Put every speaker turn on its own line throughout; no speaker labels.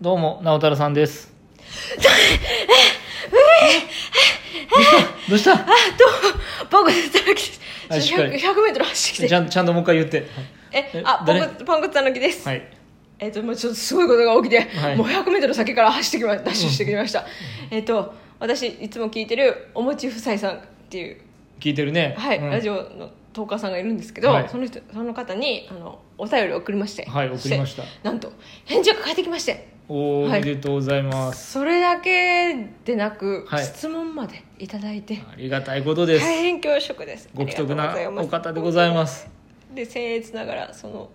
どうも、直太郎さんです。どうした
あどうパンコさんたき
はい
です
しっかり
100, 100メートル走ってき
ち
て
ゃんちゃんともう一回言って。
えあパ
誰
ンコパンコたぬきです、
はい。
えっ、ともうちょっとすごいことが起きて、
はい
もう100メートル先から走ってきまダッシュしてきました、えっ、と私いつも聞いてるおもち夫妻さんっていう
聞いてるね。
はい、
うん
ラジオのトーカーさんがいるんですけど、
はい
その人その方にあのお便りを送りまして
はい
そ
送りました
なんと返事が返ってきまして
おー、
はい
おめでとうございます。
それだけでなく、
はい
質問までいただいて
ありがたいこと
大
です。
変恐縮です
ご既得な
ありがとうございま
お
す
方でございます。
で僭越ながらその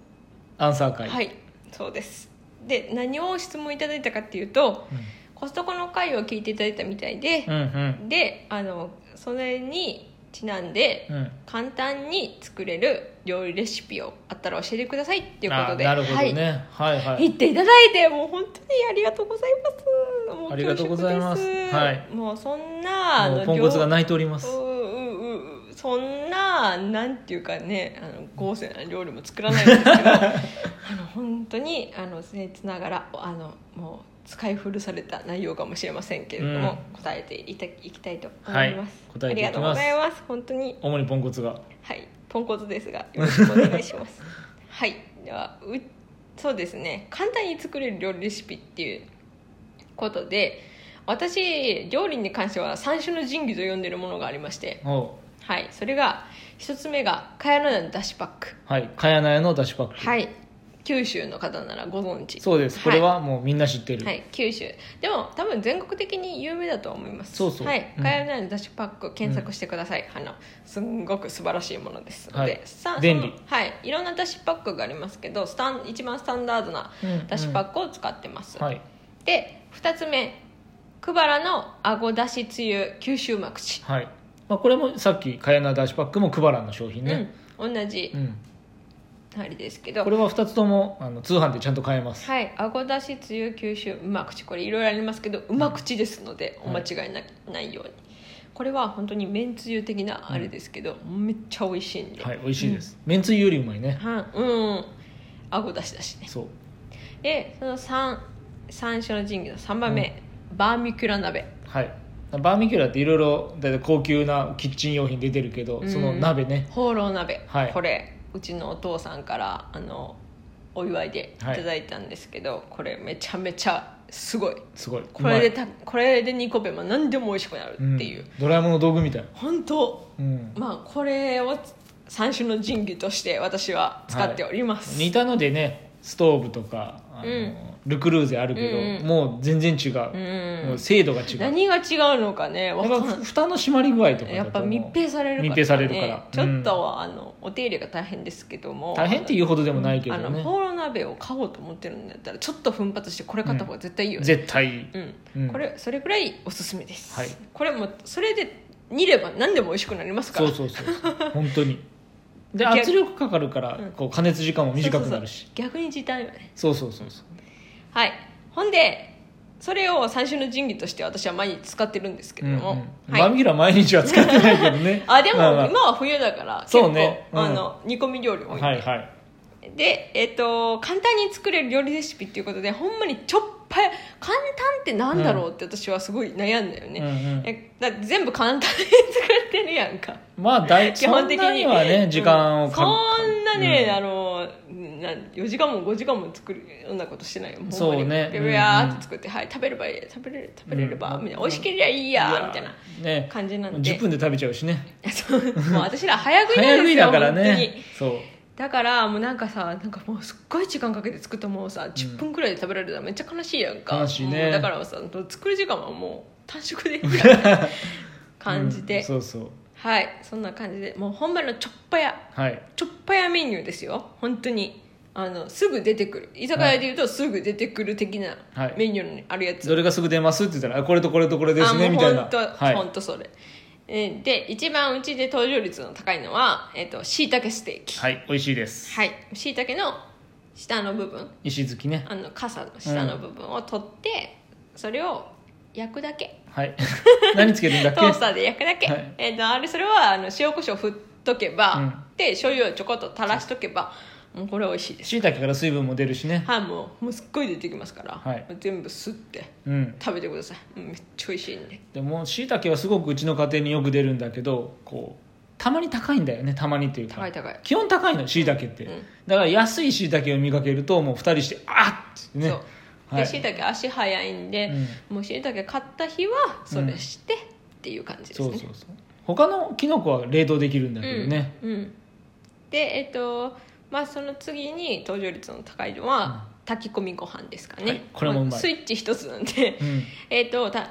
アンサー
は
会。
い、そうですで何を質問いただいたかっていうと、
うん
コストコの回を聞いていただいたみたいで
うん、うん
であのそれにちなんで、
うん。
簡単に作れる料理レシピをあったら教えてくださいっていうこ
あ
とで
なるほどね。はいは。
はいい、言っていただいてもう本当にありがとうございますもう
ありがとうございます
恐縮です
はい
もうそんなあ
も
の
うポンコツが
料
泣いております
う。うううそんななんていうかねあの豪勢な料理も作らないんですけどあの本当にあの僭越ながらあのもう使い古された内容かもしれませんけれども、答えていたいきたいと思います、
はい答えていきます
ありがとうございます本当に
主にポンコツが。
はいポンコツですがよろしくお願いします はいではうそうですね簡単に作れる料理レシピっていうことで私料理に関しては三種の神器と呼んでるものがありまして
おう
はい、それが一つ目が茅野菜のだしパック
はい。かやなやの出しパック。
はい九州の方ならご存知
そうです。これはもうみんな知って
い、
る。
はい、九州でも多分全国的に有名だと思います
そうそう
はい
うん
茅野菜のだしパック検索してください、あのすんごく素晴らしいものですので、
はい
さその
便利
はいいろんなだしパックがありますけどスタン一番スタンダードな
うん
だしパックを使ってます、
はい。
で2つ目くばらのあごだしつゆ九州まくち、
はい。まあこれもさっきかやな出しパックもクバランの商品ね。
うん同じ
うん。
あれですけど
これは2つともあの通販でちゃんと買えます
はい、あごだしつゆ九州うま口これいろいろありますけどうま口ですので、
うん
お間違いな,、ないようにこれは本当にめんつゆ的なあれですけど、めっちゃ美味しいんで、
はい美味しいです、めんつゆよりうまいね
はうんあごだしだしね
そう
でその三三種の神器の3番目、バーミキュラ鍋
はいバーミキュラっていろいろだいたい高級なキッチン用品出てるけど、
うん
その鍋ね
ホーロー鍋、
はい
これうちのお父さんからあのお祝いでいただいたんですけど、これめちゃめちゃすごい
すごい
これで
う
たこれで2個目も何でも美味しくなる
ま
っていう、
んドラえもんの道具みたい
本当
うん
まあこれを三種の神器として私は使っております、
似たのでねストーブとかあの、
うん
ルクルーゼあるけど、
うんうん
もう全然違う、
うん
もう精度が違う
何が違うのかねわ
なん
か
か
んない
蓋の閉まり具合とかだと思う
やっぱ密閉されるから、ね、
密閉されるから
ちょっ
う
と
ん
はあのお手入れが大変ですけども
大変っていうほどでもないけど
あの
ね、
ホーロー鍋を買おうと思ってるんだったらちょっと奮発してこれ買った方が絶対いいよね、
絶対
うん
うん
これそれくらいおすすめです、
はい
これもそれで煮れば何でも美味しくなりますか
そ
ら
うそうそう そう本当にで
逆
圧力かかるから
うん
こう加熱時間も短くなるし
そうそうそう逆に時短よね
そうそうそうそう
はい、ほんでそれを三種の神器として私は毎日使ってるんですけ
う
れ
んうん
ども、はい
バーミキュラ毎日は使ってないけどね
あでも
まあまあ
今は冬だから結構
そうねうん
あの煮込み料理多いんで、
はいはい
で、えっと簡単に作れる料理レシピっていうことでほんまにちょっぱい簡単ってなんだろうって私はすごい悩んだよ
うんう
ね、
ん
えだって全部簡単に作ってるやんか
まあ大
基
基
本
本
的
的
に
にはね時間
う
を
ん
か
そんなね、
うん
あのな4時間も5時間も作るようなことしてないよも
そうね
ほんまにペペペーって作って、はい食べればいい食べれる食べれれば、
うん
みたいな美味しければいいや
いや
みたいな
ね
感じなんで
10分で食べちゃうしね
そう もう私ら早食いな
早
ん
食
です
い
よ
だから
本当に
ねそう
だからもうなんかさなんかもうすっごい時間かけて作ったものをさ10分くらいで食べられたらめっちゃ悲しいやんか
悲しいね
もうだからさ作る時間はもう短縮でいいやみたい な感じで、
うんそうそう
はいそんな感じでもう本場のちょっぱや
はい
ちょっぱやメニューですよ本当にあのすぐ出てくる居酒屋でいうとすぐ出てくる的な
はい
メニューにあるやつ、
どれがすぐ出ますって言ったらあこれとこれとこれです
あ
ね
も
み
う
たいな
本当、
はい
本当それえーで一番うちで登場率の高いのはえっとしいたけステーキ
はい美味しいです
はいしいたけの下の部分
石突きね
あの傘の下の部分を取って、それを焼くだけ
はい 何つけるんだっ
トース
け
ターで焼くだけ、
はい
えっとあれそれはあの塩コショウ振っとけば、
うん
で醤油をちょこっと垂らしとけばうんこれは美味しいです
しいたけから水分も出るしね
ハムもうすっごい出てきますから、
はい
全部すって
うん
食べてください、うん、めっちゃ美味しいんで
でもしいたけはすごくうちの家庭によく出るんだけどこうたまに高いんだよねたまにっていうか
高い高い
基本高いのしいたけって、
うん
だから安いしいたけを見かけるともう2人して「あっ!」ってね
そう
は
で
い
しいたけ足早いんで、もうしいたけ買った日はそれしてっていう感じです
そ
ね、
うそうそう他のキノコは冷凍できるんだけどね、
うんうん、でえっとまあその次に登場率の高いのは、炊き込みご飯ですかね、
はいこれもうまい
あスイッチ一つなんで
うん
えっとた、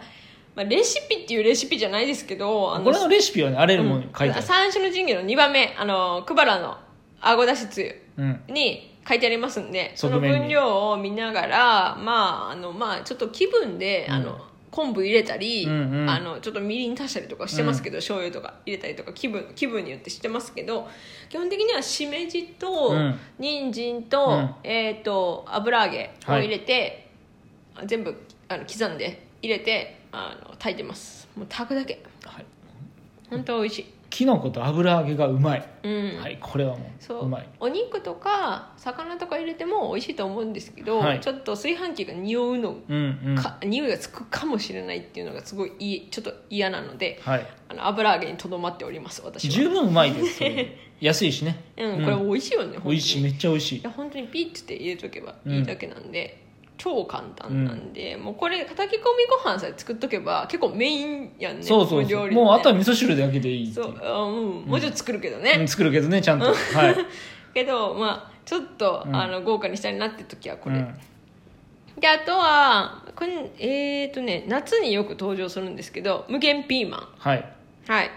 まあ、レシピっていうレシピじゃないですけどあ
これのレシピはねあれるものに書いてある、
三種の神器の2番目あのクバラのあごだしつゆ
うん
に書いてありますんでその
側面に
分量を見ながらまああのまあちょっと気分で、
うん
あの昆布入れたり、
うんうん
あのちょっとみりん足したりとかしてますけど、醤油とか入れたりとか気分気分によってしてますけど基本的にはしめじと、
うん
人参と、
うん
えっ、と油揚げを入れて、全部あの刻んで入れてあの炊いてますもう炊くだけ
はい、
本当美味しい、
キノコと油揚げがうまい、
うん
はいこれはもう
そう
うまい
お肉とか魚とか入れても美味しいと思うんですけど、
はい
ちょっと炊飯器が匂うの
うんうん
か、匂いがつくかもしれないっていうのがすごいいいちょっと嫌なので
はい
あの油揚げにとどまっております私は、
十分うまいですそ れ安いしね
うん、これ美味しいよね、本当
美
に
味しいめっちゃ美味し
い
い
や本当にピッつって入れとけばいいだけなんで、超簡単なんで、もうこれ炊き込みご飯さえ作っとけば結構メインやんね
そうそう
この
そ
料
う
理
もうあとは
は
味噌汁だけでいいって
そ
いうう
あうんもうちょっと作るけどね、
うん作るけどねちゃんと はい
けどまあちょっと、
うん
あの豪華にしたいなって時はこれ、
うん
であとはこれえっ、とね夏によく登場するんですけど無限ピーマ
はい
ンはい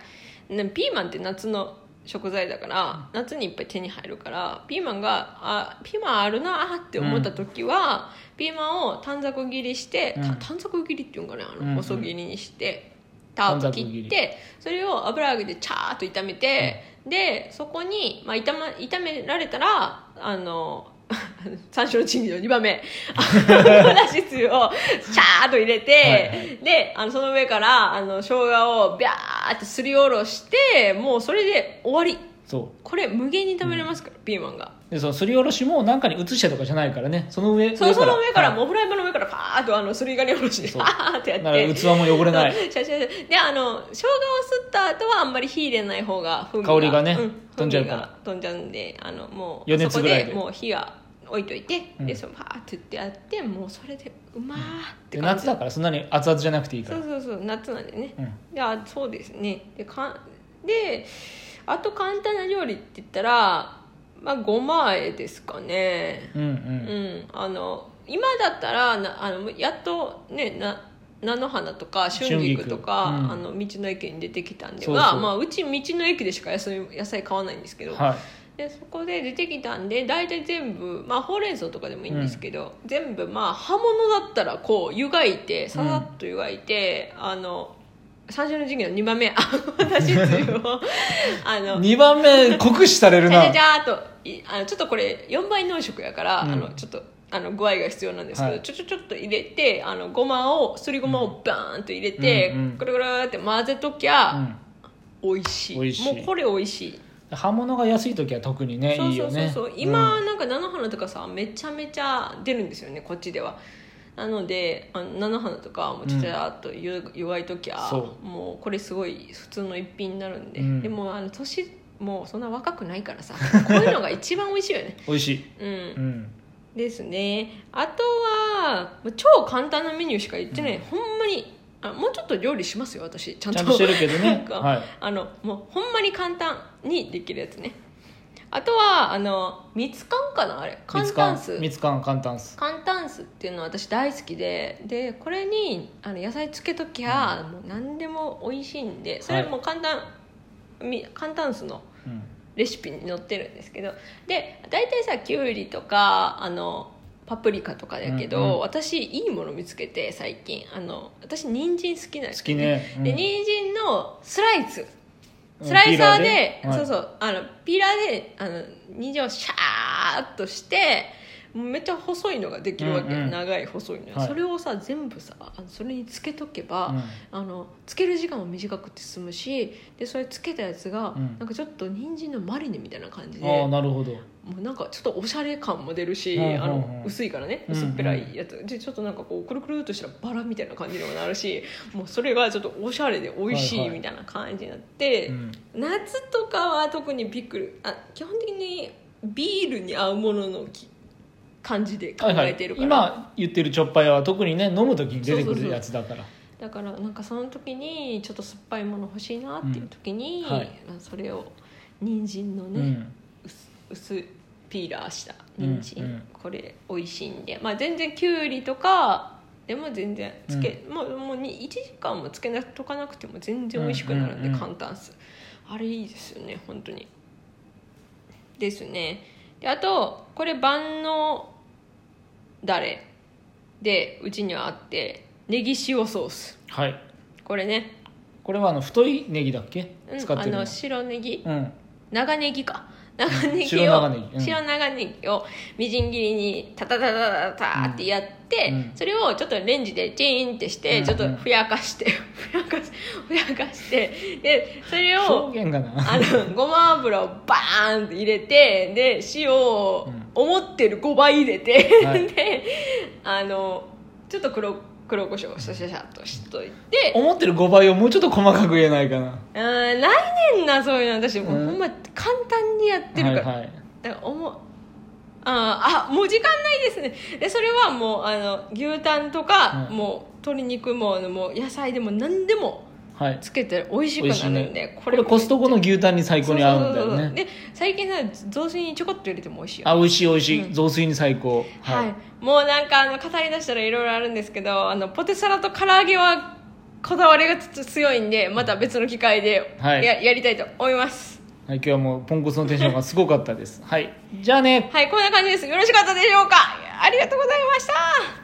ねピーマンって夏の食材だから夏にいっぱい手に入るからピーマンがあピーマンあるなーって思った時は、ピーマンを短冊切りして、
うん
た短冊切りっていうんかねあの、
うんうん
細切りにしてターッと切
短冊
っ
切
てそれを油揚げでチャーッと炒めて、でそこに、まあ、炒ま炒められたらあの 三種の珍味の2番目粉だしつゆをシャーッと入れて、
はいは
であのその上からあの生姜をビャーってすりおろしてもうそれで終わり
そ
これ無限に食べれますから、ピーマンが
うでそのすりおろしもなんかに移してとかじゃないからねその上
そその上から
はい
もうフライパンの上からパーッとあのすりガニおろしで
そ
パ
う
ーッてやっ
だから
て
器も汚れない
そうシャシャシャであの生姜を吸った後はあんまり火入れない方が風味が
香りがね
うん、
飛んじゃうから
風味が飛んじゃうんであのもう
余熱
そこ
ぐらいで
もう火は置いといて、
うん
でそのパーッてやってやってもうそれでうまーって
で
感
夏
じ、
だからそんなに熱々じゃなくていいか
そう
ら
そうそう夏なんでね
うん
いやそうですねでかんであと簡単な料理って言ったらまあごま和えですかね
うんう
うんんあの今だったらなあのやっとねな菜の花とか春菊とか
春菊うん
あの道の駅に出てきたんで
そうそう
はまあ、うち道の駅でしか野菜野菜買わないんですけど、
はい
でそこで出てきたんで大体全部、まあ、ほうれん草とかでもいいんですけど、全部まあ葉物だったらこう湯がいてささっと湯がいて、あの三種の神器の2番目あ私つゆ をあの
2番目酷使される
じゃじゃ
な
じゃーっといあのちょっとこれ4倍濃縮やから、
うん
あのちょっとあの具合が必要なんですけど、
はい
ちょちょちょっと入れてあのごまをすりごまをバーンと入れて、
うんうん
ぐるぐるって混ぜときゃ、
うん
美味しい
美味しい
もうこれ美味しい
刃物が安い時は特にね
そう
いい
そ
よ
うそう
ね
そう今なんか菜の花とかさめちゃめちゃ出るんですよねこっちではなのであの菜の花とかもちゃちゃっとゆ弱い時は、
そ
もうこれすごい普通の一品になるんで、
うん
でもあの年もうそんな若くないからさこういうのが一番美味し いよね
美味しい
うん
うん
ですねあとはもう超簡単なメニューしか言ってない、ほんまにあもうちょっと料理しますよ私ちゃん
ちゃ
と
んとしてるけど
な
ね
んか
はい
あのもうほんまに簡単にできるやつねあとはあの蜜柑かなあれ簡単酢
蜜柑簡単酢
簡単酢っていうのは私大好きででこれにあの野菜つけときゃ、もう何でも美味しいんでそれも簡単、み簡単酢の
うん
レシピに載ってるんですけどで大体さきゅうりとかあのパプリカとかだけど、
うんうん
私いいもの見つけて最近あの私人参好きなんです
好きねうん
で人参のスライス
うん
スライサーで
ピーラーではい
そうそうあのピーラーであの人参をシャーっとしてもうめっちゃ細いのができるわけ、
うんうん
長い細いの、
はい
それをさ全部さあのそれにつけとけば、
うん
あのつける時間も短くて済むしでそれつけたやつが、
うん
なんかちょっと人参のマリネみたいな感じで
ああ
も
なるほど
うなんかちょっとおしゃれ感も出るし、
うんうんうん
あの薄いからね
うんうん
薄っぺらいやつ、でちょっとなんかこうくるくるっとしたバラみたいな感じにもなるしもうそれがちょっとおしゃれで美味し
はい
い
はい
みたいな感じになって、
うん
夏とかは特にピクルあ基本的にビールに合うもののき感じで考
はいは
え
い
てるから、
今言ってるチョッパイは特にね飲む時に出てくるやつだから
だからなんかその時にちょっと酸っぱいもの欲しいなっていう時に、
うんはい
まあそれを人参の
う
ね、
ん
薄薄ピーラーした
うん
人参、
うん
これ美味しいんで、まあ、全然きゅうりとかでも全然つけ、もうもうに1時間もつけなとかなくても全然美味しくなるん
うんうんう
で
ん
簡単っす、あれいいですよね本当にですねであとこれ万能だれでうちにはあってネギ塩ソース
はい
これね、
これはあの太いネギだっけ
うん
使っ
あ
てるの
の白ネギ
うん
長ネギか長ネギを
白長ネギうん
白長ネギをみじん切りにタタタタタタってやって、
うん
それをちょっとレンジでチーンってして、
うん
ちょっとふやかしてふやかしふやかしてでそれを
表現がな
あのごま油をバーンって入れてで塩を
うん
思ってる5倍入れて、
はい
であのちょっと黒黒胡椒をシャシャシャっとしといて
思ってる5倍をもうちょっと細かく言えないかな
うんないねんなそういうの私もうほんま簡単にやってるから、
はいはい
だから思うあーあもう時間ないですねでそれはもうあの牛タンとか、
うん
もう鶏肉もあのもう野菜でも何でも
はい
つけて美味しく
美味しい
なるんで、
ねこれコストコの牛タンに最高に合うんだよ
そそそそ
ね
で最近さ雑炊にちょこっと入れても美味しいよ
あ美味しい美味し
う
い
ん
雑炊に最高
はい、もうなんかあの語り出したらいろいろあるんですけどあのポテサラと唐揚げはこだわりがつ強いんでまた別の機会でや,、
はい
やりたいと思います
はい、今日はもうポンコツのテンションがすごかったです。はい、じゃあね。
はいこんな感じですよろしかったでしょうかありがとうございました